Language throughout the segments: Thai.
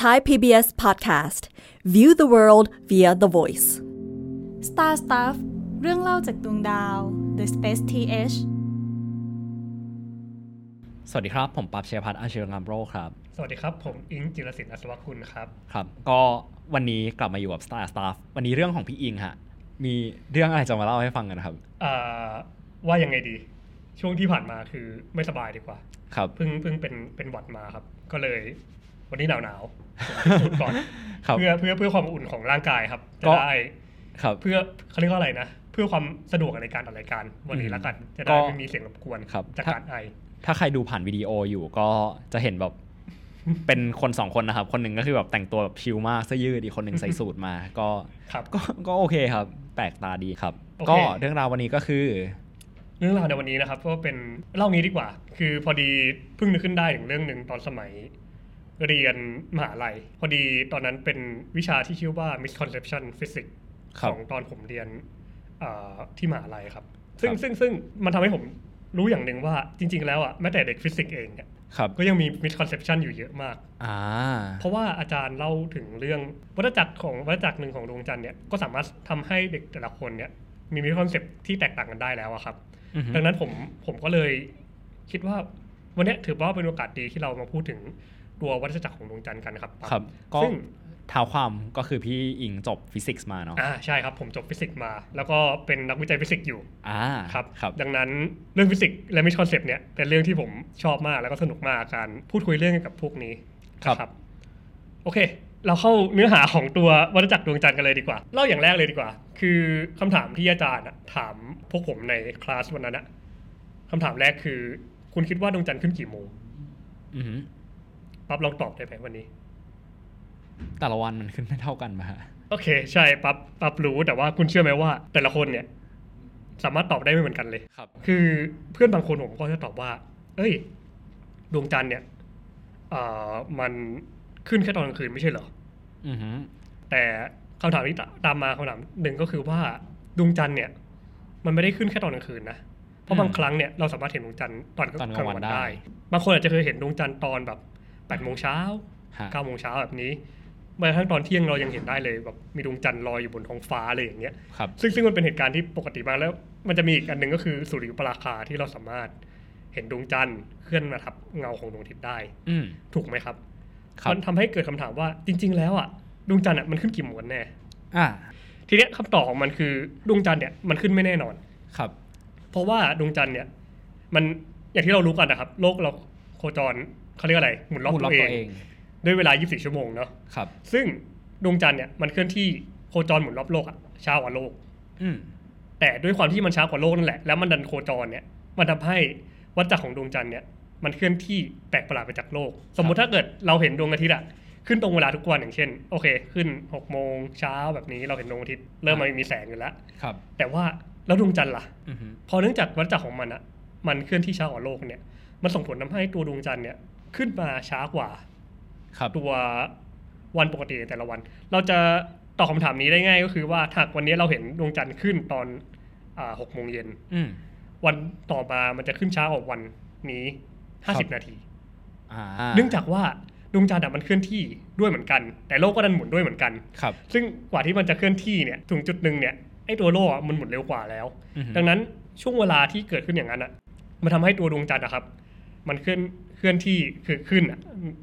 Thai PBS Podcast View the world via the voice Star Stuff เรื่องเล่าจากดวงดาว The Space TH สวัสดีครับ ผมปับเชียพัฒน์อาชีวงามโรคครับ สวัสดีครับ ผมอิงจิรศิลป์อัศวคุณครับ ครับ ก็วันนี้กลับมาอยู่กับ Star Staff วันนี้เรื่องของพี่อิงฮะ มีเรื่องอะไรจะมาเล่าให้ฟังกันครับ อ่าว่ายังไงดี ช่วงที่ผ่านมาคือไม่สบายดีกว่า ครับ เพิ่งเพิ่งเป็นเป็นหวัดมาครับ ก็เลย วันนี้หนาวหนาวๆผมจะพูดก่อน ครับ เพื่อเพื่อเพื่อความอุ่นของร่างกายครับจะ ก็ ได้ ครับ เพื่อเขาเรียกว่าอะไรนะ เพื่อความสะดวกในการอัดรายการวันนี้ละกัน จะ ก็ ได้ไม่มีเสียงรบกวน ครับ จาก ถ้า การไอ ถ้าใครดูผ่านวิดีโออยู่ก็จะเห็นแบบ เป็นคนสองคนนะครับ คนหนึ่งก็คือแบบแต่งตัวแบบชิลมากเสื้อยืดอีกคนหนึ่งใส่สูทมา ก็ ครับ ก็ก็โอเคครับ แปลกตาดีครับ โอเค ก็เรื่องราววันนี้ก็คือ เรื่องราวในวันนี้นะครับก็เป็นเล่างี้ดีกว่า คือพอดีเพิ่งนึกขึ้นได้ถึงเรื่องหนึ่งตอนสมัย เรียนมหาลัย พอดีตอนนั้นเป็นวิชาที่ชื่อว่า misconception physics ครับ ของตอนผมเรียนเอ่อที่มหาลัยครับ ซึ่งซึ่งซึ่งมันทำให้ผมรู้อย่างหนึ่งว่าจริง ๆ แล้วอ่ะแม้แต่เด็กฟิสิกส์เองเนี่ย ครับ ก็ยังมี misconception อยู่เยอะมาก อ่า เพราะว่าอาจารย์เล่าถึงเรื่องวัฏจักรของวัฏจักรหนึ่งของดวงจันทร์เนี่ยก็สามารถทำให้เด็กแต่ละคนเนี่ยมีมีคอนเซปที่แตกต่างกันได้แล้วอะครับ อือฮึ ดังนั้นผมผมก็เลยคิดว่าวันเนี้ยถือว่าเป็นโอกาสดีที่เรามาพูดถึงตัววัฏจักรของดวงจันทร์กันครับ ครับ ก็ ซึ่ง เท้าความก็คือพี่อิงจบฟิสิกส์มาเนาะ อ่าใช่ครับผมจบฟิสิกส์มา แล้วก็เป็นนักวิจัยฟิสิกส์อยู่ อ่า ครับ ครับ ดังนั้นเรื่องฟิสิกส์และมิชคอนเซปต์เนี่ยเป็นเรื่องที่ผมชอบมากแล้วก็สนุกมากการพูดคุยเรื่องเกี่ยวกับพวกนี้ ครับ โอเค เราเข้าเนื้อหาของตัววัฏจักรดวงจันทร์กันเลยดีกว่า เล่าอย่างแรกเลยดีกว่า คือคำถามที่อาจารย์อะถามพวกผมในคลาสวันนั้นอะคำถามแรกคือ คุณคิดว่าดวงจันทร์ขึ้นกี่โมง อือฮึ ปั๊บลองตอบได้ไหมวันนี้ แต่ละวันมันขึ้นไม่เท่ากันมา โอเค ใช่ปั๊บปั๊บรู้แต่ว่าคุณเชื่อไหมว่า แต่ละคนเนี่ย สามารถตอบได้ไม่เหมือนกันเลย ครับ คือเพื่อนบางคนผมก็จะตอบว่า เอ้ย ดวงจันทร์เนี่ยเอ่อมันขึ้นแค่ตอนกลางคืนไม่ใช่เหรอ อือฮึ แต่คำถามที่ตามมาคำถามหนึ่งก็คือว่าดวงจันทร์เนี่ย มันไม่ได้ขึ้นแค่ตอนกลางคืนนะเพราะบางครั้งเนี่ยเราสามารถเห็นดวงจันทร์ตอน ตอนกลางวันได้ บางคนอาจจะเคยเห็นดวงจันทร์ตอนแบบแปดโมงเช้า ฮะ เก้าโมงเช้าแบบนี้แม้กระทั่งตอนเที่ยงเรายังเห็นได้เลยแบบมีดวงจันทร์ลอยอยู่บนท้องฟ้าเลยอย่างเงี้ย ครับ ซึ่งซึ่งมันเป็นเหตุการณ์ที่ปกติมากแล้ว มันจะมีอีกอันหนึ่งก็คือสุริยุปราคาที่เราสามารถเห็นดวงจันทร์เคลื่อนมาทับเงาของดวงอาทิตย์ได้ อืม ถูกไหมครับ ครับ มันทำให้เกิดคำถามว่าจริง ๆ แล้วอ่ะดวงจันทร์อ่ะมันขึ้นกี่โมงกันแน่ อ่า ทีเนี้ยคำตอบของมันคือดวงจันทร์เนี่ยมันขึ้นไม่แน่นอน ครับ เพราะว่าดวงจันทร์เนี่ยมันอย่างที่เรารู้กันนะครับ โลกเราโคจรเขาเรียกอะไรหมุนรอบ หมุนรอบ ตัว ตัวเอ เอง ง ด้วยเวลา 24 ชั่วโมงเนาะ ครับ ซึ่งดวงจันทร์เนี่ยมันเคลื่อนที่โคจรหมุนรอบโลกอะช้ากว่าโลก อืม แต่ด้วยความที่มันช้ากว่าโลกนั่นแหละแล้วมันดันโคจรเนี่ยมันทำให้วัฏจักรของดวงจันทร์เนี่ยมันเคลื่อนที่แปลกประหลาดไปจากโลก สมมุติถ้าเกิดเราเห็นดวงอาทิตย์อะขึ้นตรงเวลาทุกวันอย่างเช่นโอเค ขึ้นหกโมงเช้าแบบนี้เราเห็นดวงอาทิตย์เริ่มมันมีแสงอยู่แล้ว ครับ แต่ว่าแล้วดวงจันทร์ล่ะ อือฮึ พอเนื่องจากวัฏจักรของมันอะมันเคลื่อนที่ช้ากว่าโลกเนี่ย มันส่งผลทำให้ตัวดวงจันทร์เนี่ยขึ้นมาช้ากว่า ครับ ตัววันปกติในแต่ละวัน เราจะตอบคำถามนี้ได้ง่ายก็คือว่าถ้าวันนี้เราเห็นดวงจันทร์ขึ้นตอนหกโมงเย็น อืม วันต่อมามันจะขึ้นช้ากว่าวันนี้ห้าสิบนาที อ่า เนื่องจากว่าดวงจันทร์อะมันเคลื่อนที่ด้วยเหมือนกัน แต่โลกก็ดันหมุนด้วยเหมือนกัน ครับ ซึ่งกว่าที่มันจะเคลื่อนที่เนี่ยถึงจุดหนึ่งเนี่ยไอ้ตัวโลกอะมันหมุนเร็วกว่าแล้ว อือฮึ ดังนั้นช่วงเวลาที่เกิดขึ้นอย่างนั้นอ่ะมันทำให้ตัวดวงจันทร์อะครับ มันเคลื่อนเคลื่อนที่คือขึ้นอะ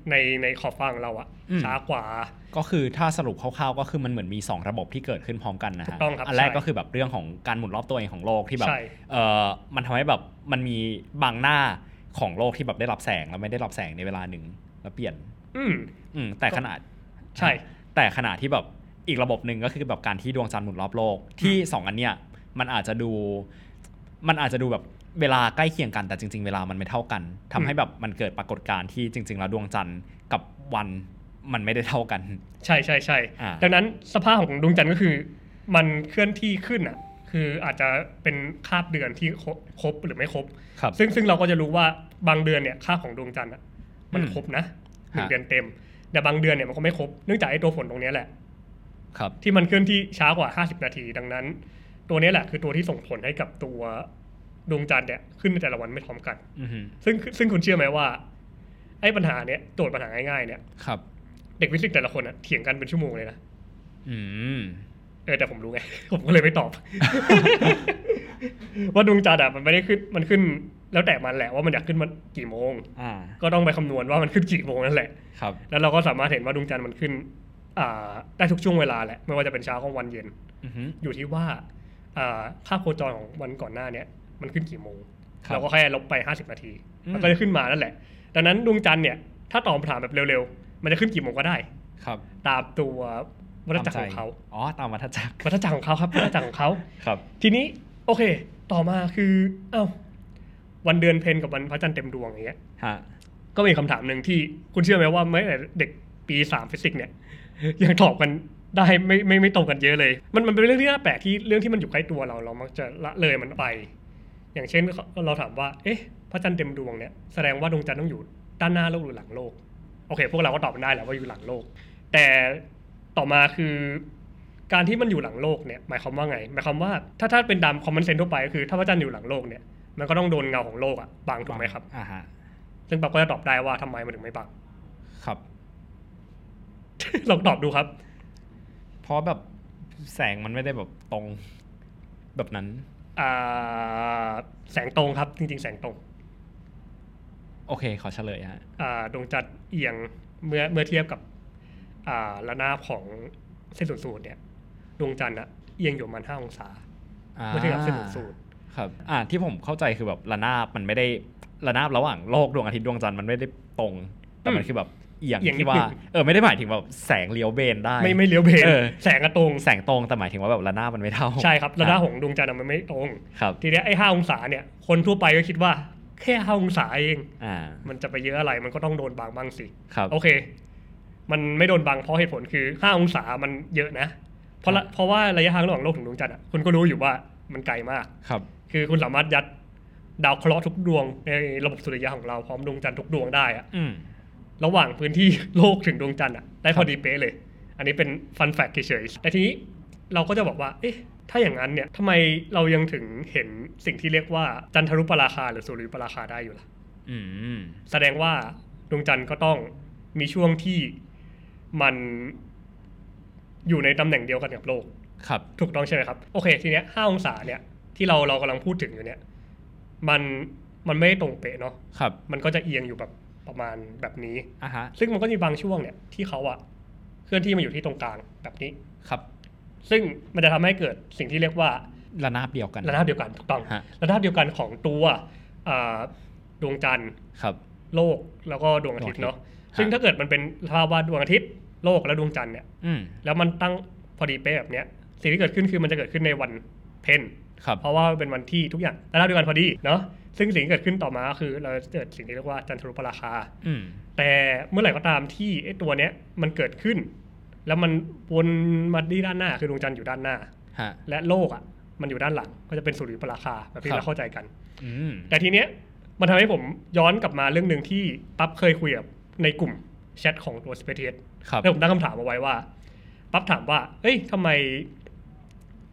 ในในขอบฟ้าของเราอ่ะ อืม ช้ากว่า ก็คือถ้าสรุปคร่าวๆก็คือมันเหมือนมี 2 ระบบที่เกิดขึ้นพร้อมกันนะฮะ ถูกต้องครับ นแรก ใช่ ก็คือแบบเรื่องของการหมุนรอบตัวเองของโลกที่แบบ ใช่ เออมันทำให้แบบมันมีบางหน้าของโลกที่แบบได้รับแสงแล้วไม่ได้รับแสงในเวลาหนึ่งแล้วเปลี่ยน อืม อืมแต่ขนาด ใช่ แต่ขนาดที่แบบอีกระบบหนึ่งก็คือแบบการที่ดวงจันทร์หมุนรอบโลกที่สองอันเนี้ยมันอาจจะดู มันอาจจะดูแบบเวลาใกล้เคียงกันแต่จริง ๆ เวลามันไม่เท่ากันทำให้แบบมันเกิดปรากฏการณ์ที่จริง ๆ แล้วดวงจันทร์กับวันมันไม่ได้เท่ากัน ใช่ใช่ใช่ อ่า ดังนั้นสภาพของดวงจันทร์ก็คือ มันเคลื่อนที่ขึ้นอ่ะ คืออาจจะเป็นคาบเดือนที่ครบครบหรือไม่ครบ ครับ ซึ่งซึ่งเราก็จะรู้ว่าบางเดือนเนี่ยค่าของดวงจันทร์อะมัน อืม ครบนะหนึ่ง ฮะ เดือนเต็ม แต่บางเดือนเนี่ยมันก็ไม่ครบเนื่องจากไอ้ตัวฝนตรงเนี้ยแหละ ครับ ที่มันเคลื่อนที่ช้ากว่า 50 นาที ดังนั้น ตัวเนี้ยแหละคือตัวที่ส่งผลให้กับตัวดวงจันทร์เนี่ยขึ้นในแต่ละวันไม่พร้อมกัน อือฮึ ซึ่งซึ่งคุณเชื่อไหมว่า ไอ้ปัญหาเนี้ยโจทย์ปัญหาง่ายๆเนี่ย ครับ เด็กวิทย์แต่ละคนอะเถียงกันเป็นชั่วโมงเลยนะ อืม เออแต่ผมรู้ไง ผมก็เลยไม่ตอบ ว่าดวงจันทร์อะมันไม่ได้ขึ้นมันขึ้น แล้วแต่มันแหละว่ามันอยากขึ้นมันกี่โมง อ่า ก็ต้องไปคำนวณว่ามันขึ้นกี่โมงนั่นแหละ ครับ แล้วเราก็สามารถเห็นว่าดวงจันทร์มันขึ้น อ่า ได้ทุกช่วงเวลาแหละ ไม่ว่าจะเป็นเช้ากลางวันเย็น อือฮึ อยู่ที่ว่าอ่าค่าโคจรของวันก่อนหน้าเนี้ยมันขึ้นกี่โมง ครับ เราก็แค่ลบไป 50 นาที อืม มันก็จะขึ้นมานั่นแหละ ดังนั้นดวงจันทร์เนี่ย ถ้าตอบคำถามแบบเร็วๆ มันจะขึ้นกี่โมงก็ได้ ครับ ตามตัววัฏจักรของเขา ตมใจอ๋อ ตามวัฏจักร วัฏจักรของเขาครับวัฏจักรของเขา ครับ ทีนี้โอเค ต่อมาคือเอ้าวันเดือนเพ็ญกับวันพระจันทร์เต็มดวงอย่างเงี้ย ฮะ ก็มีคำถามหนึ่งที่คุณเชื่อไหมว่าไม่แต่เด็กปีสามฟิสิกส์เนี่ย ยังตอบกันได้ไม่ไม่ไม่ตรงกันเยอะเลย มันมันเป็นเรื่องที่น่าแปลกที่เรื่องที่มันอยู่ใกล้ตัวเราเรามักจะละเลยมันไป อย่างเช่นเราถามว่า เอ๊ะ พระจันทร์เต็มดวงเนี่ยแสดงว่าดวงจันทร์ต้องอยู่ด้านหน้าโลกหรือหลังโลก โอเค พวกเราก็ตอบกันได้แหละว่าอยู่หลังโลก แต่ต่อมาคือ การที่มันอยู่หลังโลกเนี่ยหมายความว่าไง หมายความว่าถ้าถ้าเป็นตามคอมมอนเซนทั่วไปก็คือ ถ้าพระจันทร์อยู่หลังโลกเนี่ยมันก็ต้องโดนเงาของโลกอะบังถูกไหมครับ อ่าฮะ ซึ่งปับก็จะตอบได้ว่าทำไมมันถึงไม่ปัก ครับ ลองตอบดูครับ เพราะแบบแสงมันไม่ได้แบบตรงแบบนั้น อ่า แสงตรงครับ จริง ๆ แสงตรง โอเค ขอเฉลยฮะ อ่าดวงจันทร์เอียงเมื่อเมื่อเทียบกับ อ่าระนาบของเส้นศูนย์สูตรเนี่ย ดวงจันทร์อะเอียงอยู่ประมันห้าองศา เมื่อเทียบกับเส้นศูนย์สูตร ครับ อ่า ที่ผมเข้าใจคือแบบระนาบมันไม่ได้ระนาบระหว่างโลกดวงอาทิตย์ดวงจันทร์มันไม่ได้ตรง แต่มัน อืม คือแบบเอียง เอียงนิด ที่ว่า นึง เออ ไม่ได้หมายถึงแบบแสงเลี้ยวเบนได้ ไม่ไม่เลี้ยวเบน เออ แสงกระตรง แสงตรงแต่หมายถึงว่าแบบระนาบมันไม่เท่า ใช่ครับระนาบของดวงจันทร์อะมันไม่ตรง ครับ ทีเนี้ยไอ้ห้าองศาเนี่ย คนทั่วไปก็คิดว่า แค่ห้าองศาเอง อ่า มันจะไปเยอะอะไรมันก็ต้องโดนบางบ้างสิ ครับ โอเค มันไม่โดนบังเพราะเหตุผลคือห้าองศามันเยอะนะ เพราะละ ครับ เพราะว่าระยะทางระหว่างโลกถึงดวงจันทร์อะคุณก็รู้อยู่ว่ามันไกลมาก ครับ คือคุณสามารถยัดดาวเคราะห์ทุกดวงในระบบสุริยะของเราพร้อมดวงจันทร์ทุกดวงได้อะ อืม ระหว่างพื้นที่ โลกถึงดวงจันทร์อะได้พอดีเป๊ะเลย อันนี้เป็นฟันแฟกเฉยๆแต่ทีนี้เราก็จะบอกว่า เอ๊ะ ถ้าอย่างนั้นเนี่ยทำไมเรายังถึงเห็นสิ่งที่เรียกว่าจันทรุปราคาหรือสุริยุปราคาได้อยู่ล่ะ อืม แสดงว่าดวงจันทร์ก็ต้องมีช่วงที่มันอยู่ในตำแหน่งเดียวกันกับโลก ครับ ถูกต้องใช่ไหมครับ โอเค ทีเนี้ยห้าองศาเนี่ย ที่เราเรากำลังพูดถึงอยู่เนี่ย มันมันไม่ได้ตรงเป๊ะเนาะ ครับ มันก็จะเอียงอยู่แบบประมาณแบบนี้ อ่ะฮะ ซึ่งมันก็มีบางช่วงเนี่ยที่เขาอะเคลื่อนที่มาอยู่ที่ตรงกลางแบบนี้ ครับ ซึ่งมันจะทำให้เกิดสิ่งที่เรียกว่า ระนาบเดียวกัน ระนาบเดียวกันถูกต้อง ฮะ ระนาบเดียวกันของตัวอ่าดวงจันทร์ ครับ โลกแล้วก็ดวงอาทิตย์เนาะ ฮะ ซึ่งถ้าเกิดมันเป็นสภาพว่าดวงอาทิตย์ โลกและดวงจันทร์เนี่ย อืม แล้วมันตั้งพอดีเป๊ะแบบเนี้ย สิ่งที่เกิดขึ้นคือมันจะเกิดขึ้นในวันเพ็ญ ครับ เพราะว่าเป็นวันที่ทุกอย่างระดับเดียวกันพอดีเนาะ ซึ่งสิ่งที่เกิดขึ้นต่อมาก็คือเราจะเกิดสิ่งที่เรียกว่าจันทรุปราคา อืม แต่เมื่อไหร่ก็ตามที่ไอ้ตัวเนี้ยมันเกิดขึ้น แล้วมันวนมาที่ด้านหน้าคือดวงจันทร์อยู่ด้านหน้า ฮะ และโลกอ่ะมันอยู่ด้านหลังก็จะเป็นสุริยุปราคาแบบที่ ครับ เราเข้าใจกัน อืม แต่ทีเนี้ยมันทำให้ผมย้อนกลับมาเรื่องหนึ่งที่ปั๊บเคยคุยกับในกลุ่มแชทของตัวสเปเทีย ครับ แล้วผมตั้งคำถามเอาไว้ว่า ปั๊บถามว่า เอ้ยทำไม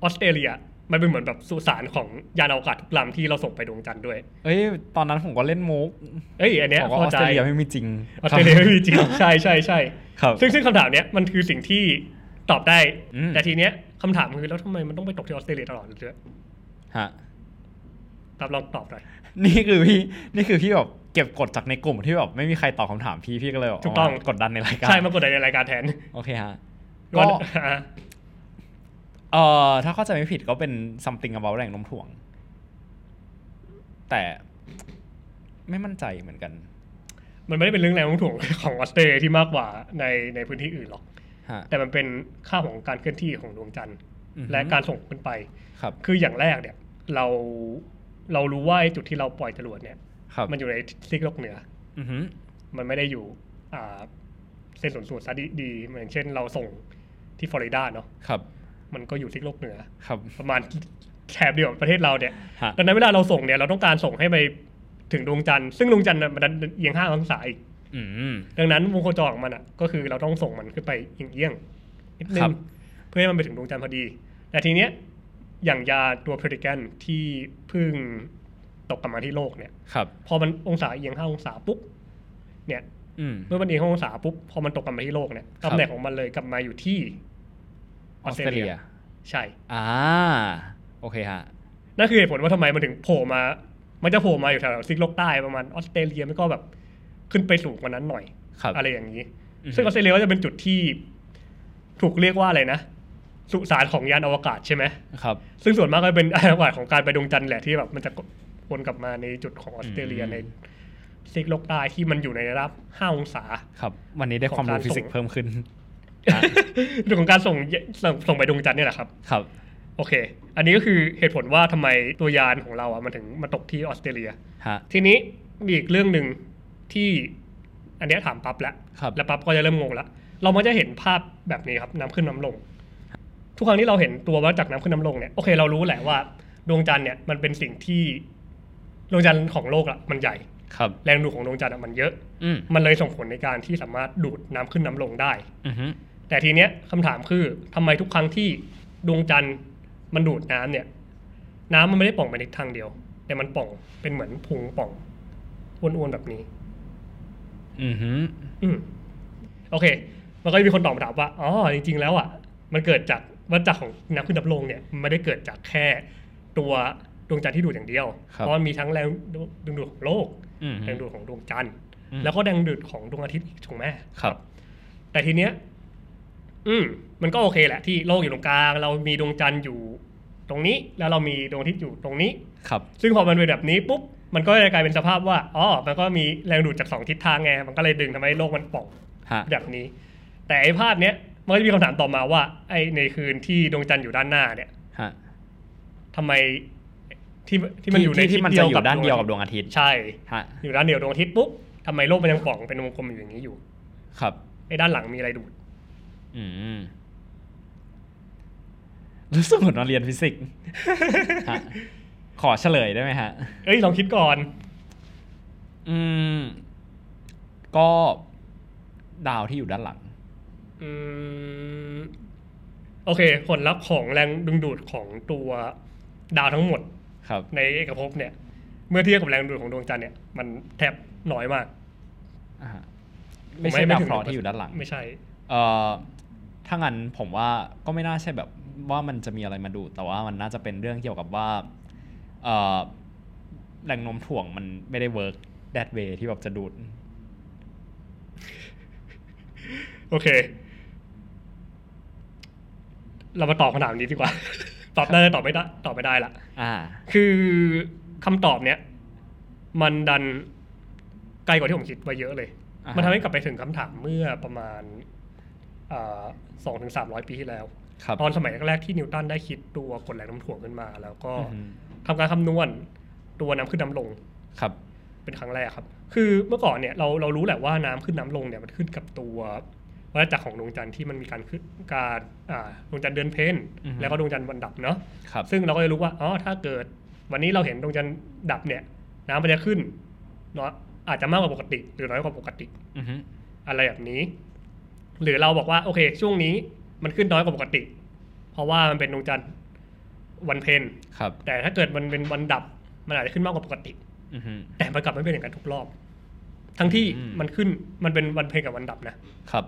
ออสเตรเลีย มันเป็นเหมือนแบบสุสานของยานอวกาศทุกลำที่เราส่งไปดวงจันทร์ด้วย เอ้ย ตอนนั้นผมก็เล่นมุก เอ้ยอันเนี้ย บอกว่าอ เข้า อส ใจ เตรเลียไม่มีจริง ออสเตรเลียไม่ มีจริงใช่ใช่ใช่ ครับ ซึ่งซึ่งคำถามเนี้ยมันคือสิ่งที่ตอบได้ อืม แต่ทีเนี้ยคำถามคือแล้วทำไมมันต้องไปตกที่ออสเตรเลียตลอดเลย ฮะ ตับลองตอบหน่อย นี่คือพี่ นี่คือพี่แบบเก็บกดจากในกลุ่มที่แบบไม่มีใครตอบคำถามพี่ พี่ก็เลยแบบ ถูกต้อง เามากดดันในรายการ ใช่มากดดันในรายการแทน โอเคฮะ ก็ อ่ะ เอ่อถ้าเข้าใจไม่ผิดก็เป็น something about แรงโน้มถ่วง แต่ไม่มั่นใจเหมือนกัน มันไม่ได้เป็นเรื่องแรงโน้มถ่วง ของออสเตรเลียที่มากกว่าในในพื้นที่อื่นหรอก ฮะ แต่มันเป็นค่าของการเคลื่อนที่ของดวงจันทร์ อือฮึ และการส่งขึ้นไป ครับ คืออย่างแรกเนี่ย เราเรารู้ว่าไอ้จุดที่เราปล่อยจรวดเนี่ย ครับ มันอยู่ในซีกโลกเหนือ อือหือ มันไม่ได้อยู่อ่าเส้นศูนย์สูตรซะดีดีเหมือนเช่นเราส่งที่ฟลอริดาเนาะ ครับ มันก็อยู่ซีกโลกเหนือ ครับ ประมาณแถบเดียวกับประเทศเราเนี่ย ฮะ ดังนั้นเวลาเราส่งเนี่ยเราต้องการส่งให้ไปถึงดวงจันทร์ซึ่งดวงจันทร์น่ะมันดันเอียงห้าองศาอีก อืม ดังนั้นวงโคจรของมันอ่ะก็คือเราต้องส่งมันขึ้นไปเอียงๆนิดนึ ครั ง บ เพื่อให้มันไปถึงดวงจันทร์พอดี แต่ทีเนี้ยอย่างยาตัวเพรดิแกนที่เพิ่งตกกลับมาที่โลกเนี่ย ครับ พอมันองศาเอียงห้าองศาปุ๊บเนี่ย อืม เมื่อมันเอียงห้าองศาปุ๊บพอมันตกกลับมาที่โลกเนี่ย ครับ ตำแหน่งของมันเลยกลับมาอยู่ที่ ออสเตรเลีย ใช่ อ่า โอเคฮะ นั่นคือเหตุผลว่าทำไมมันถึงโผล่มา มันจะโผล่มาอยู่แถวๆซิกโลกใต้ประมาณออสเตรเลียไม่ก็แบบขึ้นไปสูงกว่านั้นหน่อย ครับ อะไรอย่างนี้ ม ซึ่งออสเตรเลียก็จะเป็นจุดที่ถูกเรียกว่าอะไรนะ สุสานของยานอวกาศใช่ไหม ครับ ซึ่งส่วนมากก็เป็น อวกาศของการไปดวงจันทร์แหละที่แบบมันจะวนกลับมาในจุดของออสเตรเลีย อืม ในซีกโลกใต้ที่มันอยู่ในระดับ 5 องศา ครับ วันนี้ได้ความ ของ รู้ การ ฟิสิกส์เพิ่มขึ้นอ่ะ เรื่องของการส่งส่งส่งไปดวงจันทร์เนี่ยแหละครับ ครับ โอเค อันนี้ก็คือเหตุผลว่าทำไมตัวยานของเราอ่ะมันถึงมาตกที่ออสเตรเลีย ฮะ ทีนี้มีอีกเรื่องหนึ่งที่อันเนี้ยถามปั๊บแล้ว ครับ แล้วปั๊บก็จะเริ่มงงละเรามักจะเห็นภาพแบบนี้ครับน้ำขึ้นน้ำลง ทุกครั้งที่เราเห็นตัววัดจากน้ำขึ้นน้ำลงเนี่ยโอเคเรารู้แหละว่า ดวงจันทร์เนี่ยมันเป็นสิ่งที่ดวงจันทร์ของโลกอะมันใหญ่ ครับ แรงดูดของดวงจันทร์อะมันเยอะ อืม มันเลยส่งผลในการที่สามารถดูดน้ำขึ้นน้ำลงได้ อือฮึ แต่ทีเนี้ยคำถามคือทำไมทุกครั้งที่ดวงจันทร์มันดูดน้ำเนี่ย น้ำมันไม่ได้ป่องไปทิศทางเดียว แต่มันป่องเป็นเหมือนพุงป่องอ้วนๆแบบนี้ อือฮึ อืมโอเค มันก็จะมีคนตอบมาถามว่าอ๋อจริง ๆ แล้วอ่ะ มันเกิดจากวัฏจักรของน้ำขึ้นน้ำลงเนี่ยมันไม่ได้เกิดจากแค่ตัวดวงจันทร์ที่ดูดอย่างเดียวเพราะมันมีทั้งแรงดึงดูดของโลก อือฮึ แรงดูดของดวงจันทร์ อืม แล้วก็แรงดูดของดวงอาทิตย์อีกถูกไหม ครับ แต่ทีเนี้ย อืม มันก็โอเคแหละที่โลกอยู่ตรงกลาง เรามีดวงจันทร์อยู่ตรงนี้ แล้วเรามีดวงอาทิตย์อยู่ตรงนี้ ครับ ซึ่งพอมันเป็นแบบนี้ปุ๊บมันก็จะกลายเป็นสภาพว่าอ๋อมันก็มีแรงดูดจากสองทิศทางไงมันก็เลยดึงทำให้โลกมันป่อง ฮะ แบบนี้ แต่ไอ้ภาพเนี้ยมันก็จะมีคำถามต่อมาว่าไอ้ในคืนที่ดวงจันทร์อยู่ด้านหน้าเนี่ย ฮะ ทำไมที่ที่มันอยู่ใน ที่มัน ทิศเดี จะ ยอวกับ ยู่ด้านเดียวกับดวงอาทิต อาทิต ย์ ย์ใช่ ฮะ อยู่ด้านเดียวกับดวงอาทิตย์ปุ๊บทำไมโลกมันยังป่องเป็นวงกลมอยู่อย่างนี้อยู่ ครับ ไอ้ด้านหลังมีอะไรดูด อืม รู้สึกเหมือนเราเรียนฟิสิกส์ ฮะ ขอเฉลยได้ไหมฮะ เอ้ยลองคิดก่อน อืม ก็ ดาวที่อยู่ด้านหลัง อืมโอเค ผลลัพธ์ของแรงดึงดูดของตัวดาวทั้งหมด ครับ ในเอกภพเนี่ย เมื่อเทียบกับแรงดึงดูดของดวงจันทร์เนี่ยมันแทบน้อยมาก อ่าฮะไม่ใช่ดาวเคราะห์ที่อยู่ด้านหลัง ไม่ใช่ เอ่อถ้างั้นผมว่าก็ไม่น่าใช่แบบว่ามันจะมีอะไรมาดูดแต่ว่ามันน่าจะเป็นเรื่องเกี่ยวกับว่าเอ่อแรงโน้มถ่วงมันไม่ได้เวิร์ก that way ที่แบบจะดูด โอเค เรามาตอบคำถามนี้ดีกว่า ตอบได้ตอบไม่ได้ตอบไม่ได้ละ อ่า คือคำตอบเนี้ยมันดันไกลกว่าที่ผมคิดไว้เยอะเลย อ่าฮะ มันทำให้กลับไปถึงคำถามเมื่อประมาณสองถึงสามร้อยปีที่แล้ว ครับ ตอนสมัยแรกๆที่นิวตันได้คิดตัวกฎแรงโน้มถ่วงขึ้นมา แล้วก็ อือฮึ ทำการคำนวณตัวน้ำขึ้นน้ำลง ครับ เป็นครั้งแรกครับ คือเมื่อก่อนเนี่ยเราเรารู้แหละว่าน้ำขึ้นน้ำลงเนี่ยมันขึ้นกับตัววัฏจักรของดวงจันทร์ที่มันมีการขึ้นการอ่าดวงจันทร์เดือนเพ็ญ อือฮึ แล้วก็ดวงจันทร์วันดับเนาะ ครับ ซึ่งเราก็จะรู้ว่าอ๋อถ้าเกิดวันนี้เราเห็นดวงจันทร์ดับเนี่ยน้ำมันจะขึ้นเนาะอาจจะมากกว่าปกติ หรือน้อยกว่าปกติ อือฮึ อะไรแบบนี้ หรือเราบอกว่าโอเค ช่วงนี้มันขึ้นน้อยกว่าปกติ เพราะว่ามันเป็นดวงจันทร์วันเพ็ญ ครับ แต่ถ้าเกิดมันเป็นวันดับ มันอาจจะขึ้นมากกว่าปกติ อือฮึ แต่มันกลับไม่เป็นอย่างนั้นทุกรอบ ทั้งที่ อืม มันขึ้นมันเป็นวันเพลงกับวันดับนะ ครับ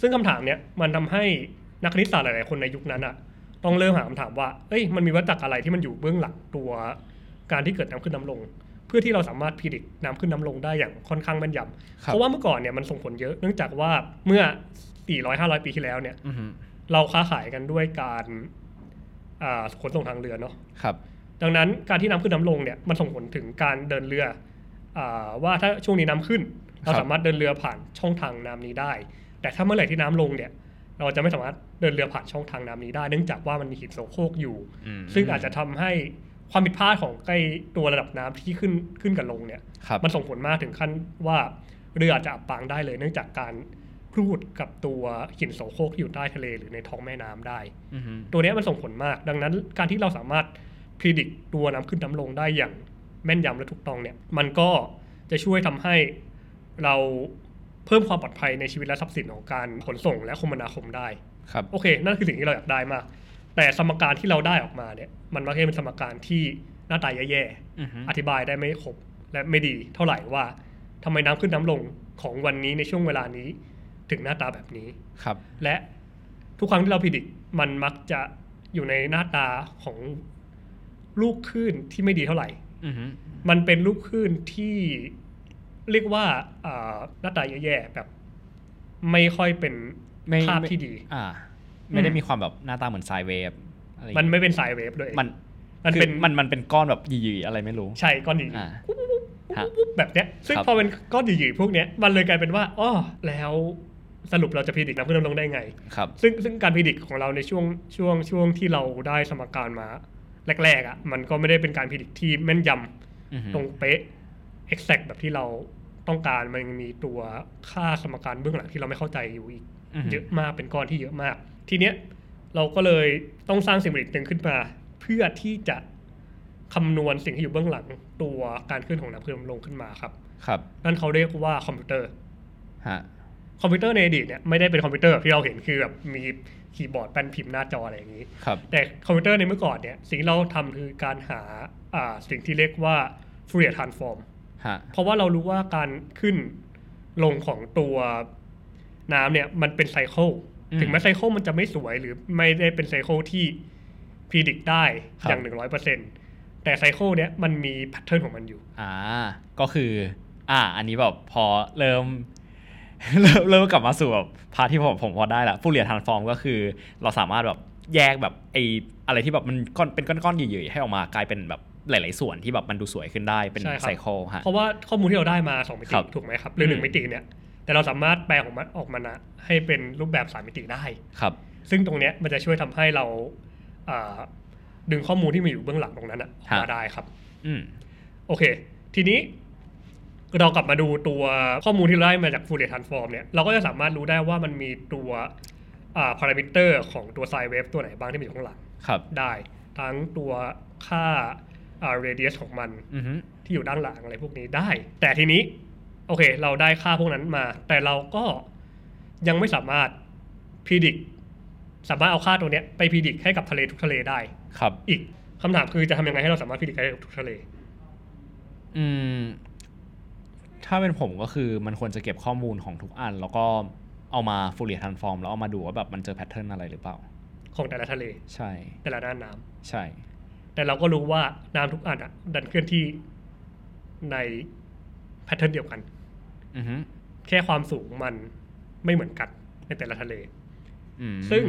ซึ่งคำถามเนี้ยมันทำให้นักคณิตศาสตร์หลายๆคนในยุคนั้นอะต้องเริ่มหาคำถามว่า เอ้ย มันมีวัฏจักรอะไรที่มันอยู่เบื้องหลังตัวการที่เกิดน้ำขึ้นน้ำลง เพื่อที่เราสามารถพิจิตรน้ำขึ้นน้ำลงได้อย่างค่อนข้างแม่นยำ ครับ เพราะว่าเมื่อก่อนเนี่ยมันส่งผลเยอะ เนื่องจากว่าเมื่อ 400-500 ปีที่แล้วเนี่ย อือฮึ เราค้าขายกันด้วยการอ่าขนส่งทางเรือเนาะ ครับ ดังนั้นการที่น้ำขึ้นน้ำลงเนี่ยมันส่งผลถึงการเดินเรืออาว่าถ้าช่วงนี้น้ำขึ้น เรา ครับ สามารถเดินเรือผ่านช่องทางน้ำนี้ได้ แต่ถ้าเมื่อไหร่ที่น้ำลงเนี่ย เราจะไม่สามารถเดินเรือผ่านช่องทางน้ำนี้ได้ เนื่องจากว่ามันมีหินโสโครกอยู่ ม ซึ่งอาจจะทำให้ความผิดพลาดของใกล้ตัวระดับน้ำที่ขึ้นขึ้นกับลงเนี่ย ครับ มันส่งผลมากถึงขั้นว่าเรืออาจจะอับปางได้เลย เนื่องจากการครูดกับตัวหินโสโครกที่อยู่ใต้ทะเลหรือในท้องแม่น้ำได้ อือฮึ ตัวเนี้ยมันส่งผลมาก ดังนั้นการที่เราสามารถพิจิตรตัวน้ำขึ้นน้ำลงได้อย่างแม่นยำและถูกต้องเนี่ย มันก็จะช่วยทำให้เราเพิ่มความปลอดภัยในชีวิตและทรัพย์สินของการขนส่งและคมนาคมได้ ครับ โอเค นั่นคือสิ่งที่เราอยากได้มาก แต่สมการที่เราได้ออกมาเนี่ย มันมักจะเป็นสมการที่หน้าตาแย่ อือฮึ ๆ อธิบายได้ไม่ครบและไม่ดีเท่าไหร่ว่า ทำไมน้ำขึ้นน้ำลงของวันนี้ในช่วงเวลานี้ ถึงหน้าตาแบบนี้ ครับ และทุกครั้งที่เราพิดิกมันมักจะอยู่ในหน้าตาของลูกคลื่นที่ไม่ดีเท่าไหร่ อือฮึ มันเป็นลูกคลื่นที่เรียกว่าอ่าหน้าตาแย่ๆแบบ ไม่ค่อยเป็น ไม่ ภาพ ไม่ ที่ดี อ่า ไม่ได้ อืม มีความแบบหน้าตาเหมือนไซเวฟอะไรอย่าง มัน เงี้ย ไม่เป็นสายเวฟด้วย มัน มัน คือ เป็น มันมันเป็นก้อนแบบหยีๆอะไรไม่รู้ ใช่ก้อนหยี อ่าฮะ ปุ๊บแบบเนี้ยซึ่ง ครับ พอเป็นก้อนหยีๆพวกเนี้ยมันเลยกลายเป็นว่าอ้อแล้วสรุปเราจะพิดิกน้ำขึ้นน้ำลงได้ไง ครับ ซึ่งซึ่งการพิดิกของเราในช่วงช่วงช่วงที่เราได้สมการมาแรกๆอ่ะมันก็ไม่ได้เป็นการพิดิกที่แม่นยำ อือฮึ ตรงเป๊ะ exact แบบที่เราต้องการมันมีตัวค่าสมการเบื้องหลังที่เราไม่เข้าใจอยู่อีก อือฮึ เยอะมากเป็นก้อนที่เยอะมาก ทีเนี้ยเราก็เลยต้องสร้างสิ่งประดิษฐ์หนึ่งขึ้นมา เพื่อที่จะคำนวณสิ่งที่อยู่เบื้องหลัง ตัวการขึ้นของน้ำขึ้นลงขึ้นมาครับ ครับ นั่นเขาเรียกว่าคอมพิวเตอร์ ฮะ คอมพิวเตอร์ในอดีตเนี่ยไม่ได้เป็นคอมพิวเตอร์แบบที่เราเห็นคือแบบมีคีย์บอร์ดแป้นพิมพ์หน้าจออะไรอย่างนี้ ครับ แต่คอมพิวเตอร์ในเมื่อก่อนเนี่ยสิ่งที่เราทำคือการหาอ่าสิ่งที่เรียกว่า Fourier transform ฮะ เพราะว่าเรารู้ว่าการขึ้นลงของตัวน้ำเนี่ยมันเป็นไซเคิล อืม ถึงแม้ไซเคิลมันจะไม่สวยหรือไม่ได้เป็นไซเคิลที่พิดิกได้ ครับ อย่างหนึ่งร้อยเปอร์เซ็นแต่ไซเคิลเนี้ยมันมีแพทเทิร์นของมันอยู่ อ่า ก็คือ อ่า อันนี้แบบพอเริ่ม เริ่มเริ่มกลับมาสู่แบบพาร์ทที่ผมผมพอได้ละฟูเรียทานฟอร์มก็คือ เราสามารถแบบแยกแบบไออะไรที่แบบมันก้อนเป็นก้อนๆใหญ่ๆให้ออกมากลายเป็นแบบหลาย ๆ ส่วนที่แบบมันดูสวยขึ้นได้เป็น ใช่ครับ ไซเคิลฮะ เพราะว่าข้อมูลที่เราได้มาสองมิติ ครับ ถูกไหมครับหรือหนึ่ อื ง ม มิติเนี่ยแต่เราสามารถแปลของมันออกมานะให้เป็นรูปแบบสามมิติได้ ครับ ซึ่งตรงเนี้ยมันจะช่วยทำให้เราอ่าดึงข้อมูลที่มีอยู่เบื้องหลังตรงนั้นอะออก ครั มา บ ได้ครับ อืม โอเค ทีนี้เรากลับมาดูตัวข้อมูลที่เราได้มาจากฟูเรียทันฟอร์มเนี่ย เราก็จะสามารถรู้ได้ว่ามันมีตัวพารามิเตอร์ของตัวไซเวฟตัวไหนบ้างที่มีอยู่ข้างหลัง ครับ ได้ ทั้งตัวค่าเรเดียสของมัน อือฮึ ที่อยู่ด้านหลังอะไรพวกนี้ได้ แต่ทีนี้ โอเค เราได้ค่าพวกนั้นมา แต่เราก็ยังไม่สามารถพิดิกสามารถเอาค่าตัวเนี้ยไปพิดิกให้กับทะเลทุกทะเลได้ ครับ อีกคำถามคือจะทำยังไงให้เราสามารถพิดิกได้กับทุกทะเล อืม ถ้าเป็นผมก็คือมันควรจะเก็บข้อมูลของทุกอัน แล้วก็เอามาฟูเรียทานฟอร์มแล้วเอามาดูว่าแบบมันเจอแพทเทิร์นอะไรหรือเปล่า ของแต่ละทะเล ใช่ แต่ละด้านน้ำ ใช่ แต่เราก็รู้ว่าน้ำทุกอันอะดันเคลื่อนที่ในแพทเทิร์นเดียวกัน อือฮึ แค่ความสูงมันไม่เหมือนกันในแต่ละทะเล อืม ซึ่ง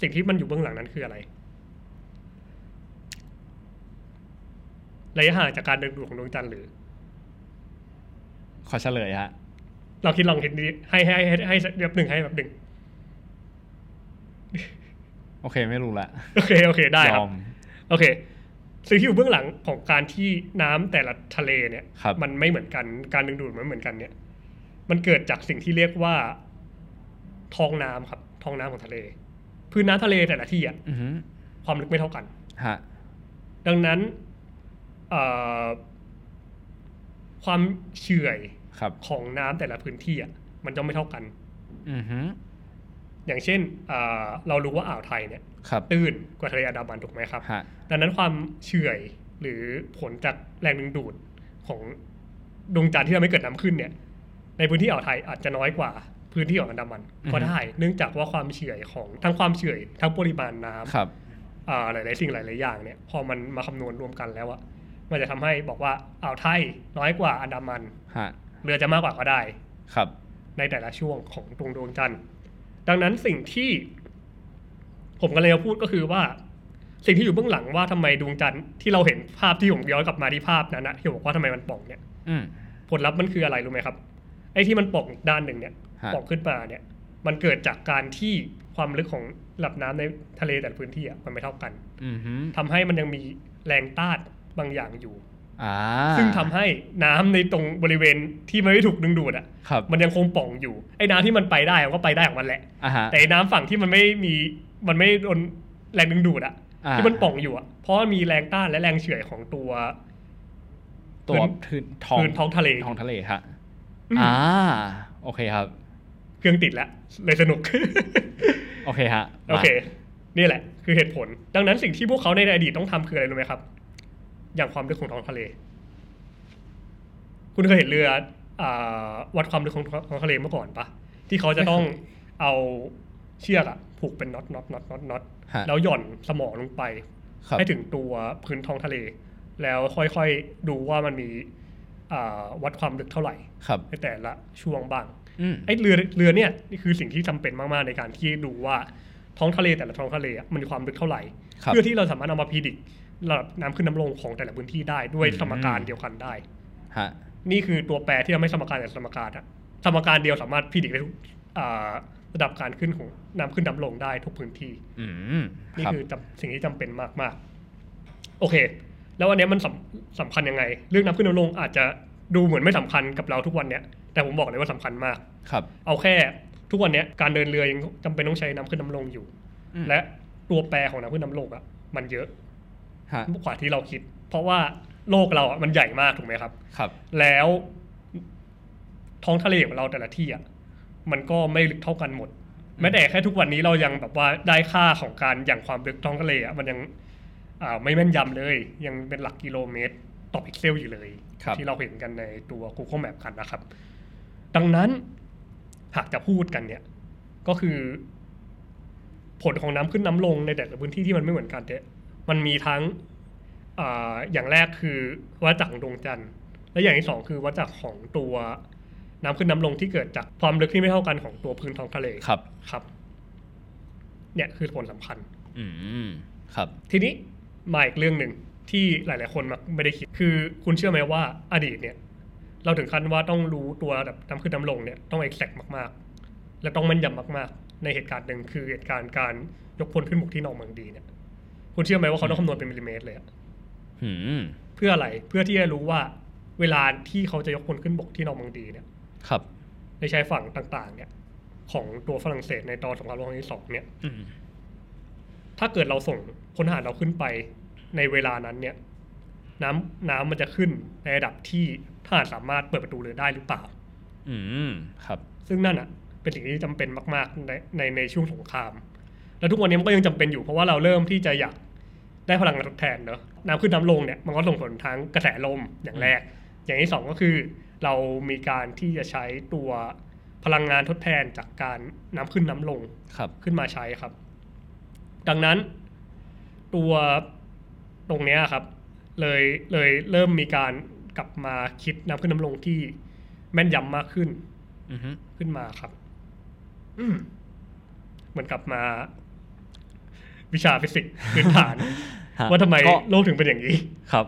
สิ่งที่มันอยู่เบื้องหลังนั้นคืออะไรระยะห่างจากการเดินดูดของดวงจันทร์หรือ ขอเฉลยฮะ เราคิดลองคิดดีให้ให้ให้ให้ให้แบบหนึ่งให้แบบหนึ่ง โอเคไม่รู้ละ โอเคโอเคได้ค ย รับ อม โอเค สิ่งที่อยู่เบื้องหลังของการที่น้ำแต่ละทะเลเนี่ย ครับ มันไม่เหมือนกัน การดึงดูดมันไม่เหมือนกันเนี่ย มันเกิดจากสิ่งที่เรียกว่าท้องน้ำครับ ท้องน้ำของทะเล พื้นน้ำทะเลแต่ละที่อ่ะ อือฮึ ความลึกไม่เท่ากัน ฮะ ดังนั้นเอ่อความเฉื่อย ครับ ของน้ำแต่ละพื้นที่อ่ะ มันจะไม่เท่ากัน อือฮึ อย่างเช่นเอ่อเรารู้ว่าอ่าวไทยเนี่ย ครับ ตื้นกว่าทะเลอันดามันถูกไหมครับ ฮะ ดังนั้นความเฉื่อยหรือผลจากแรงดึงดูดของดวงจันทร์ที่ทำให้เกิดน้ำขึ้นเนี่ย ในพื้นที่อ่าวไทยอาจจะน้อยกว่าพื้นที่ของอันดามัน อือฮึ ก็ได้ เนื่องจากว่าความเฉื่อยของทั้งความเฉื่อยทั้งปริมาณน้ ครับ ำอ่าหลายๆสิ่งหลายๆอย่างเนี่ยพอมันมาคำนวณรวมกันแล้วอะมันจะทำให้บอกว่าอ่าวไทยน้อยกว่าอันดามัน ฮะ เรือจะมากกว่าก็ได้ ครับ ในแต่ละช่วงของดวงดวงจันทร์ ดังนั้นสิ่งที่ ผมกำลังจะพูดก็คือว่า สิ่งที่อยู่เบื้องหลังว่าทำไมดวงจันทร์ที่เราเห็นภาพที่ผมย้อนกลับมาที่ภาพนั้นนะที่บอกว่าทำไมมันป่องเนี่ย อืม ผลลัพธ์มันคืออะไรรู้ไหมครับ ไอ้ที่มันป่องอีกด้านหนึ่งเนี่ย ฮะ ป่องขึ้นมาเนี่ย มันเกิดจากการที่ความลึกของระดับน้ำในทะเลแต่ละพื้นที่อ่ะมันไม่เท่ากัน อือฮึ ทำให้มันยังมีแรงต้านบางอย่างอยู่ อ่า ซึ่งทำให้น้ำในตรงบริเวณที่มันไม่ถูกดึงดูดอ่ะ ครับ มันยังคงป่องอยู่ ไอ้น้ำที่มันไปได้มันก็ไปได้ของมันแหละ อ่าฮะ แต่ไอ้น้ำฝั่งที่มันไม่มี มันไม่โดนแรงดึงดูดอะ อ่า ที่มันป่องอยู่อะเพราะว่ามีแรงต้านและแรงเฉื่อยของตัว ตัว พื้ พื้น น ทอง พื้นท้องทะเล ท้องทะเลฮะ อืม อ่า โอเคครับ เครื่องติดแล้วเลยส นุก โอเคฮะมา โอเค นี่แหละ คือเหตุผล ดังนั้นสิ่งที่พวกเขาในอดีตต้องทำคืออะไรรู้ไหมครับ อย่างความลึกของท้องทะเล คุณเคยเห็นเรืออ่าวัดความลึกของของทะเลเมื่อก่อนปะที่เขาจะต้อง เอาเชือกอะผูกเป็นน็อตน็อตน็อตน็อตน็อต ฮะ แล้วหย่อนสมอลงไป ครับ ให้ถึงตัวพื้นท้องทะเล แล้วค่อยๆดูว่ามันมีอ่าวัดความลึกเท่าไหร่ ครับ ในแต่ละช่วงบ้าง อืม ไอ้เรือเรือเนี่ยนี่คือสิ่งที่จำเป็นมากๆในการที่ดูว่าท้องทะเลแต่ละท้องทะเลอะมันมีความลึกเท่าไหร่ ครับ เพื่อที่เราสามารถเอามาพิดิกระดับน้ำขึ้นน้ำลงของแต่ละพื้นที่ได้ด้วย อืม สมการเดียวกันได้ ฮะ นี่คือตัวแปรที่ทำให้สมการแต่ละสมการอะสมการเดียวสามารถพิดิกได้ทุกอ่าระดับการขึ้นของน้ำขึ้นน้ำลงได้ทุกพื้นที่ อืม นี่ รับ คือจำสิ่งที่จำเป็นมาก ๆ โอเค แล้ววันเนี้ยมันสำสำคัญยังไง เรื่องน้ำขึ้นน้ำลงอาจจะดูเหมือนไม่สำคัญกับเราทุกวันเนี้ยแต่ผมบอกเลยว่าสำคัญมาก ครับ เอาแค่ทุกวันเนี้ยการเดินเรือยังจำเป็นต้องใช้น้ำขึ้นน้ำลงอยู่ อืม และตัวแปรของน้ำขึ้นน้ำลงอ่ะมันเยอะ ฮะ กว่าที่เราคิด เพราะว่าโลกเราอ่ะมันใหญ่มากถูกไหมครับ ครับ แล้วท้องทะเลของเราแต่ละที่อ่ะมันก็ไม่ลึกเท่ากันหมด แม้แต่แค่ทุกวันนี้เรายังแบบว่าได้ค่าของการอย่างความลึกท้องทะเลอ่ะมันยังอ่าไม่แม่นยำเลย ยังเป็นหลักกิโลเมตรต่อพิกเซลอยู่เลย ครับ ที่เราเห็นกันในตัว Google Map กันนะครับ ดังนั้นหากจะพูดกันเนี่ย ก็คือ ผลของน้ำขึ้นน้ำลงในแต่ละพื้นที่ที่มันไม่เหมือนกันเนี่ยมันมีทั้งอาอย่างแรกคือวัฏจักรของดวงจันทร์ และอย่างที่สองคือวัฏจักรของตัวน้ำขึ้นน้ำลงที่เกิดจากความลึกที่ไม่เท่ากันของตัวพื้นท้องทะเล ครับ ครับ เนี่ยคือผลสำคัญ อืมครับ ทีนี้มาอีกเรื่องหนึ่งที่หลาย ๆ คนมักไม่ได้คิด คือคุณเชื่อไหมว่าอดีตเนี่ย เราถึงขั้นว่าต้องรู้ตัวแบบน้ำขึ้นน้ำลงเนี่ยต้อง exact มาก ๆ และต้องแม่นยำมาก ๆ ในเหตุการณ์หนึ่งคือเหตุการณ์การยกพลขึ้นบกที่หนองเมืองดีเนี่ย คุณเชื่อไหมว่าเขาต้องคำนวณเป็นมิลลิเมตรเลยอะ อืม เพื่ออะไรเพื่อที่จะรู้ว่าเวลาที่เขาจะยกพลขึ้นบกที่หนองเมืองดีเนี่ย ครับ ในชายฝั่งต่าง ๆ เนี่ย ของตัวฝรั่งเศสในตอนสงครามโลกครั้งที่สองเนี่ย อืม ถ้าเกิดเราส่งพลทหารเราขึ้นไปในเวลานั้นเนี่ย น้ำน้ำมันจะขึ้นในระดับที่ทหารสามารถเปิดประตูเรือได้หรือเปล่า อืมครับ ซึ่งนั่นอ่ะ เป็นสิ่งที่จำเป็นมากๆในในในช่วงสงคราม แล้วทุกวันนี้มันก็ยังจำเป็นอยู่เพราะว่าเราเริ่มที่จะอยากได้พลังงานทดแทนเนอะน้ำขึ้นน้ำลงเนี่ยมันก็ส่งผลทั้งกระแสลมอย่างแรก อย่างที่สองก็คือ เรามีการที่จะใช้ตัวพลังงานทดแทนจากการน้ำขึ้นน้ำลง ครับ ขึ้นมาใช้ครับ ดังนั้นตัวตรงเนี้ยครับ เลยเลยเริ่มมีการกลับมาคิดน้ำขึ้นน้ำลงที่แม่นยำมากขึ้น อืมฮึ ขึ้นมาครับ อืมเหมือนกลับมา วิชาฟิสิกส์พื้น ฐาน ฮะ ว่าทำไม ก็ โลกถึงเป็นอย่างนี้ ครับ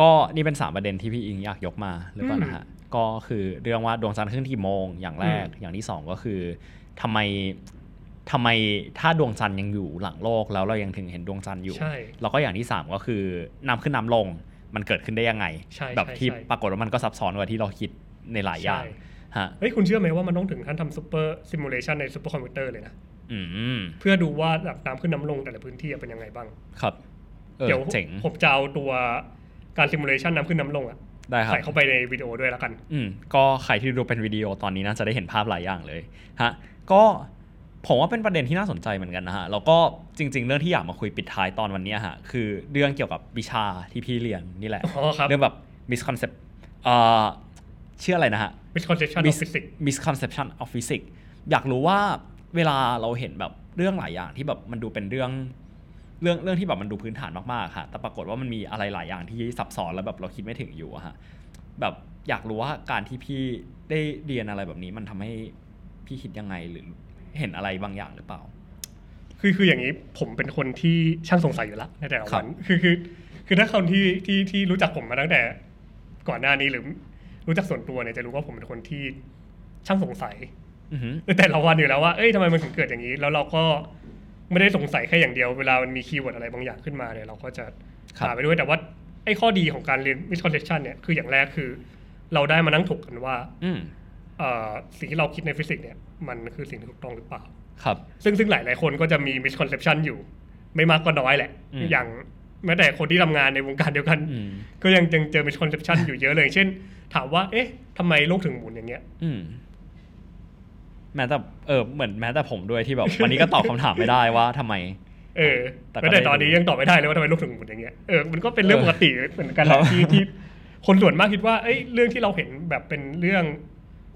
ก็นี่เป็นสามประเด็นที่พี่อิงอยากยกมาหรือเปล่า อืม นะฮะ ก็คือเรื่องว่าดวงจันทร์ขึ้นกี่โมงอย่างแรก อืม อย่างที่สองก็คือทำไมทำไมถ้าดวงจันทร์ยังอยู่หลังโลกแล้วเรายังถึงเห็นดวงจันทร์อยู่ ใช่ แล้วก็อย่างที่ 3 ก็คือน้ำขึ้นน้ำลงมันเกิดขึ้นได้ยังไง ใช่ แบบ ใช่ ที่ ใช่ ปรากฏว่ามันก็ซับซ้อนกว่าที่เราคิดในหลายอย่าง ใช่ ฮะ เฮ้ยคุณเชื่อไหมว่ามันต้องถึงขั้นทำซูเปอร์ซิมูเลชันในซูเปอร์คอมพิวเตอร์เลยนะ อืม เพื่อดูว่าระดับน้ำขึ้นน้ำลงแต่ละพื้นที่เป็นยังไงบ้าง ครับเออ เดี๋ยว เจ๋ง ผมจะเอาตัวการซิมูเลชันน้ำขึ้นน้ำลงอะ ได้ครับ ใส่เข้าไปในวิดีโอด้วยแล้วกัน อืมก็ใครที่ดูเป็นวิดีโอตอนนี้น่าจะได้เห็นภาพหลายอย่างเลยฮะก็ผมว่าเป็นประเด็นที่น่าสนใจเหมือนกันนะฮะแล้วก็จริง ๆ เรื่องที่อยากมาคุยปิดท้ายตอนวันเนี้ยฮะคือเรื่องเกี่ยวกับวิชาที่พี่เรียนนี่แหละ อ๋อครับ เรื่องแบบ misconcept เอ่อชื่ออะไรนะฮะ misconception of physics misconception of physics อยากรู้ว่าเวลาเราเห็นแบบเรื่องหลายอย่างที่แบบมันดูเป็นเรื่อง เรื่องเรื่องที่แบบมันดูพื้นฐานมากๆค่ะ แต่ปรากฏว่ามันมีอะไรหลายอย่างที่ซับซ้อนแล้วแบบเราคิดไม่ถึงอยู่อะฮะแบบอยากรู้ว่าการที่พี่ได้เรียนอะไรแบบนี้มันทำให้พี่คิดยังไงหรือเห็นอะไรบางอย่างหรือเปล่า คือคืออย่างนี้ผมเป็นคนที่ช่างสงสัยอยู่ละในแต่ละ ครั วั บ นคือคือ คือถ้าคนที่ที่ที่รู้จักผมมาตั้งแต่ ก่อนหน้านี้หรือรู้จักส่วนตัวเนี่ยจะรู้ว่าผมเป็นคนที่ช่างสงสัย อือหือ ใน แต่ละวันอยู่แล้วว่า เอ้ยทำไมมันถึงเกิดอย่างนี้ แล้วเราก็ไม่ได้สงสัยแค่อย่างเดียว เวลามันมีคีย์เวิร์ดอะไรบางอย่างขึ้นมาเนี่ยเราก็จะ ครับ หาไปด้วย แต่ว่าไอ้ข้อดีของการเรียน misconception เนี่ย คืออย่างแรกคือ เราได้มานั่งถกกันว่า อืม เอ่อสิ่งที่เราคิดในฟิสิกส์เนี่ย มันคือสิ่งที่ถูกต้องหรือเปล่า ครับ ซึ่งซึ่งหลาย ๆ คนก็จะมี misconception อยู่ ไม่มากก็น้อยแหละ อืม อย่างแม้แต่คนที่ทำงานในวงการเดียวกัน อืม ก็ยังยังเจอ misconception อยู่เยอะเลย เช่น ถามว่า เอ๊ะทำไมโลกถึงหมุนอย่างเงี้ย อืมแม้แต่เออเหมือนแม้แต่ผมด้วยที่แบบ วันนี้ก็ตอบคำถามไม่ได้ว่าทำไม เออ แต่ แต่ ก็ แต่ตอน ได้ดู นี้ยังตอบไม่ได้เลยว่าทำไมลูกถึงหมุนอย่างเงี้ย เออ มันก็เป็นเรื่อง เออ ปกติเหมือนกันแห ครั ละ บ ที่ที่ คนส่วนมากคิดว่าเอ้ยเรื่องที่เราเห็นแบบเป็นเรื่อง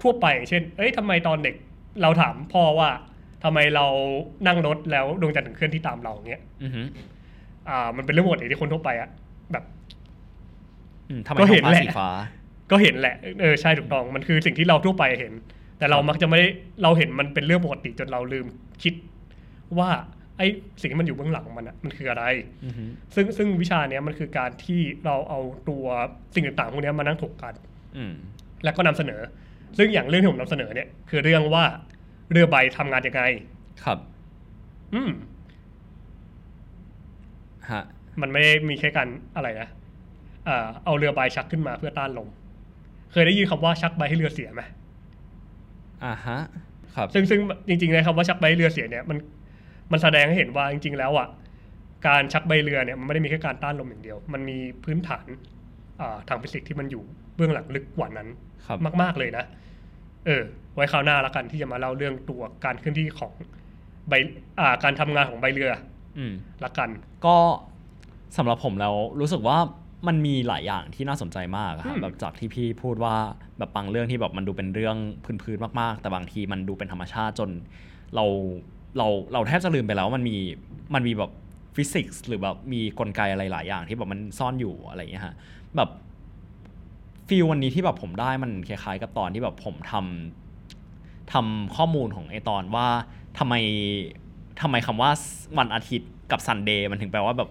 ทั่วไปอย่างเช่น เอ้ยทำไมตอนเด็กเราถามพ่อว่าทำไมเรานั่งรถแล้วดวงจันทร์ถึงเคลื่อนที่ตามเราอย่างเงี้ย อือหือ อ่ามันเป็นเรื่องปกติที่คนทั่วไปอะแบบ อืมทำไม ก็ ท้ เห็ อน งฟ้า แหละ สีฟ้า ก็เห็นแหละ เออใช่ถูกต้อง มันคือสิ่งที่เราทั่วไปเห็น แต่เรามักจะไม่ได้เราเห็นมันเป็นเรื่องปกติจนเราลืมคิดว่าไอ้สิ่งที่มันอยู่เบื้องหลังมันอะมันคืออะไร อือหือ ซึ่งซึ่งวิชาเนี้ยมันคือการที่เราเอาตัวสิ่งต่างๆพวกเนี้ยมานั่งถกกัน อืม แล้วก็นำเสนอ ซึ่งอย่างเรื่องที่ผมนำเสนอเนี่ยคือเรื่องว่าเรือใบทำงานยังไง ครับ อืม ฮะ มันไม่ได้มีแค่การอะไรนะเอ่อเอาเรือใบชักขึ้นมาเพื่อต้านลม เคยได้ยินคำว่าชักใบให้เรือเสียไหม อ่าฮะครับ ซึ่งซึ่งจริงๆเลยครับว่าชักใบเรือเสียเนี่ยมันมันแสดงให้เห็นว่าจริง ๆ แล้วอ่ะการชักใบเรือเนี่ยมันไม่ได้มีแค่การต้านลมอย่างเดียว มันมีพื้นฐานอ่าทางฟิสิกส์ที่มันอยู่เบื้องหลังลึกกว่านั้น ครับ มาก ๆเลยนะ เออ ไว้คราวหน้าละกันที่จะมาเล่าเรื่องตัวการเคลื่อนที่ของใบอ่าการทำงานของใบเรือ อืม ละกัน ก็สำหรับผมแล้วรู้สึกว่ามันมีหลายอย่างที่น่าสนใจมากอะครับอืม แบบจากที่พี่พูดว่าแบบบางเรื่องที่แบบมันดูเป็นเรื่องพื้นๆมากๆ แต่บางทีมันดูเป็นธรรมชาติจน เราเราเราแทบจะลืมไปแล้วว่ามันมีมันมีแบบฟิสิกส์หรือแบบมีกลไกอะไรหลายอย่างที่แบบมันซ่อนอยู่อะไรอย่างเงี้ยฮะแบบฟีลวันนี้ที่แบบผมได้มันคล้ายๆ กับตอนที่แบบผมทำทำข้อมูลของไอตอนว่าทำไมทำไมคำว่าวันอาทิตย์กับซันเดย์มันถึงแปลว่าแบบ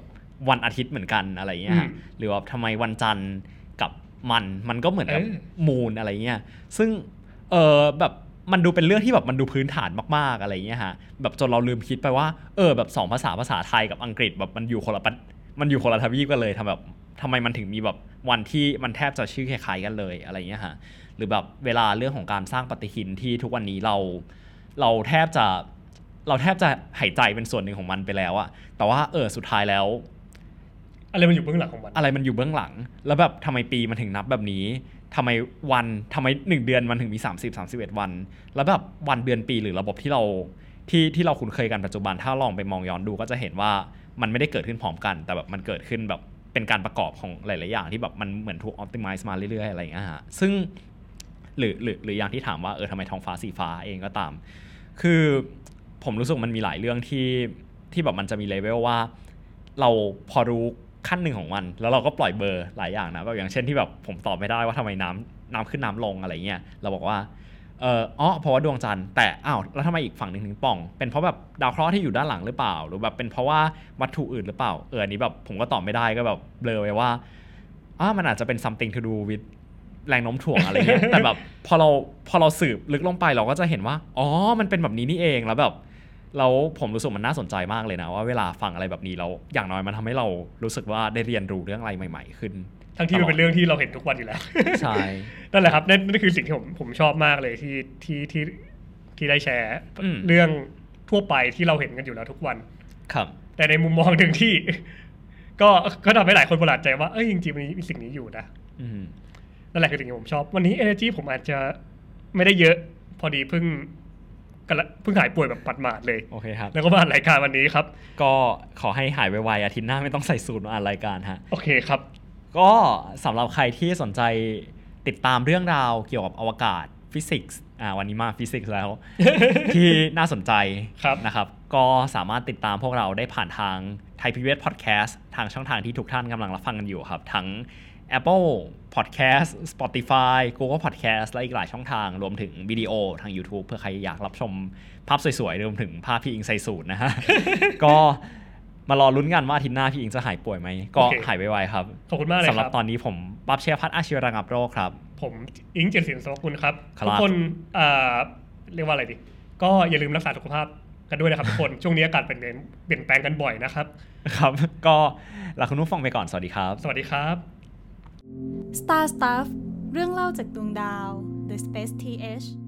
วันอาทิตย์เหมือนกันอะไรอย่างเงี้ยฮะ อืม หรือว่าทำไมวันจันทร์กับมันมันก็เหมือนกับ เออ มูนอะไรเงี้ยซึ่ง เออแบบมันดูเป็นเรื่องที่แบบมันดูพื้นฐานมากๆอะไรอย่างเงี้ยฮะแบบจนเราลืมคิดไปว่าเออแบบสองภาษาภาษาไทยกับอังกฤษแบบมันอยู่คนละประมันอยู่คนละทวีปกันเลยทำแบบทำไมมันถึงมีแบบวันที่มันแทบจะชื่อคล้ายๆกันเลยอะไรอย่างเงี้ยฮะหรือแบบเวลาเรื่องของการสร้างปฏิทินที่ทุกวันนี้เรา เราแทบจะเราแทบจะหายใจเป็นส่วนหนึ่งของมันไปแล้วอะแต่ว่าเออสุดท้ายแล้ว อะไรมันอยู่เบื้องหลังของมัน อะไรมันอยู่เบื้องหลัง แล้วแบบทำไมปีมันถึงนับแบบนี้ทำไมวันทำไมหนึ่งเดือนมันถึงมี 30 31 วัน แล้วแบบวันเดือนปีหรือระบบที่เราที่ที่เราคุ้นเคยกันปัจจุบัน ถ้าลองไปมองย้อนดูก็จะเห็นว่ามันไม่ได้เกิดขึ้นพร้อมกัน แต่แบบมันเกิดขึ้นแบบเป็นการประกอบของหลาย ๆ อย่างที่แบบมันเหมือนถูกออ t ติมิซ์มาเรื่อย ๆ อะไรอย่างเงี้ยฮะ ซึ่งหรือหรือหรืออย่างที่ถามว่าเออทำไมท้องฟ้าสีฟ้าเองก็ตาม คือผมรู้สึกมันมีหลายเรื่องที่ที่แบบมันจะมีเลเวลว่า เราพอรู้ขั้นหนึ่งของมัน แล้วเราก็ปล่อยเบอร์หลายอย่างนะแบบอย่างเช่นที่แบบผมตอบไม่ได้ว่าทำไมน้ำน้ำขึ้นน้ำลงอะไรเงี้ยเราบอกว่าเอออ๋อเพราะว่าดวงจันทร์แต่อ้าวแล้วทำไมอีกฝั่งหนึ่งถึงป่อง เป็นเพราะแบบดาวเคราะห์ที่อยู่ด้านหลังหรือเปล่า หรือแบบเป็นเพราะว่าวัตถุอื่นหรือเปล่าเอออันนี้แบบผมก็ตอบไม่ได้ก็แบบเบลอไว้ว่าอ้ามันอาจจะเป็น something to do with แรงโน้มถ่วงอะไรเงี้ย แต่แบบพอเราพอเราสืบลึกลงไปเราก็จะเห็นว่าอ๋อมันเป็นแบบนี้นี่เองแล้วแบบ แล้วผมรู้สึกมันน่าสนใจมากเลยนะ ว่าเวลาฟังอะไรแบบนี้แล้วอย่างน้อยมันทำให้เรารู้สึกว่าได้เรียนรู้เรื่องอะไรใหม่ ๆ ขึ้น ทั้งที่มันเป็นเรื่องที่เราเห็นทุกวันอยู่แล้ว ใช่ นั่นแหละครับนั่นนั่นคือสิ่งที่ผมผมชอบมากเลยที่ที่ที่ที่ได้แชร์ อืม เรื่องทั่วไปที่เราเห็นกันอยู่แล้วทุกวัน ครับ แต่ในมุมมองหนึ่งที่ ก็ก็ทำให้หลายคนประหลาดใจว่าเอ้ยจริงๆมันมีสิ่งนี้อยู่นะ อืม นั่นแหละคือสิ่งที่ผมชอบ วันนี้ energy ผมอาจจะไม่ได้เยอะ พอดีเพิ่งกำลังเพิ่งหายป่วยแบบปัดหมาดเลย โอเคครับ แล้วก็มารายการวันนี้ครับ ก็ขอให้หายไวๆอาทิตย์หน้าไม่ต้องใส่สูตรมาอ่านรายการฮะ โอเคครับ ก็สำหรับใครที่สนใจติดตามเรื่องราวเกี่ยวกับอวกาศฟิสิกส์อ่าวันนี้มาฟิสิกส์แล้ว ที่น่าสนใจ ครับ นะครับ ก็สามารถติดตามพวกเราได้ผ่านทางไทยพีวีเอสพอดแคสต์ทางช่องทางที่ทุกท่านกำลังรับฟังกันอยู่ครับ ทั้ง Apple Podcast Spotify Google Podcast และอีกหลายช่องทาง รวมถึงวิดีโอทาง YouTube เพื่อใครอยากรับชมภาพสวยๆ รวมถึงภาพพี่อิงไซสูตรนะ ฮะ ก็มารอลุ้นกันว่าอาทิตย์หน้าพี่อิงจะหายป่วยไหมก็ โอเค หายไวๆครับ ขอบคุณมากเลย สำห ค รับรับ ตอนนี้ผมปั๊บเชียร์พัฒน์อาชีวระงับโรคครับ ผมอิงเจริญสินสวัสดิ์คุณครับ ครับ ทุกคนเอ่อเรียกว่าอะไรดี ก็อย่าลืมรักษาสุขภาพกันด้วยนะครับทุกคน ช่วงนี้อากาศเปลี่ยนแปลงเปลี่ยนแปลงกันบ่อยนะครับ ครับ ก็ลาคุณผู้ฟังไปก่อนสวัสดีครับ สวัสดีครับ Star Stuff เรื่องเล่าจากดวงดาว The Space TH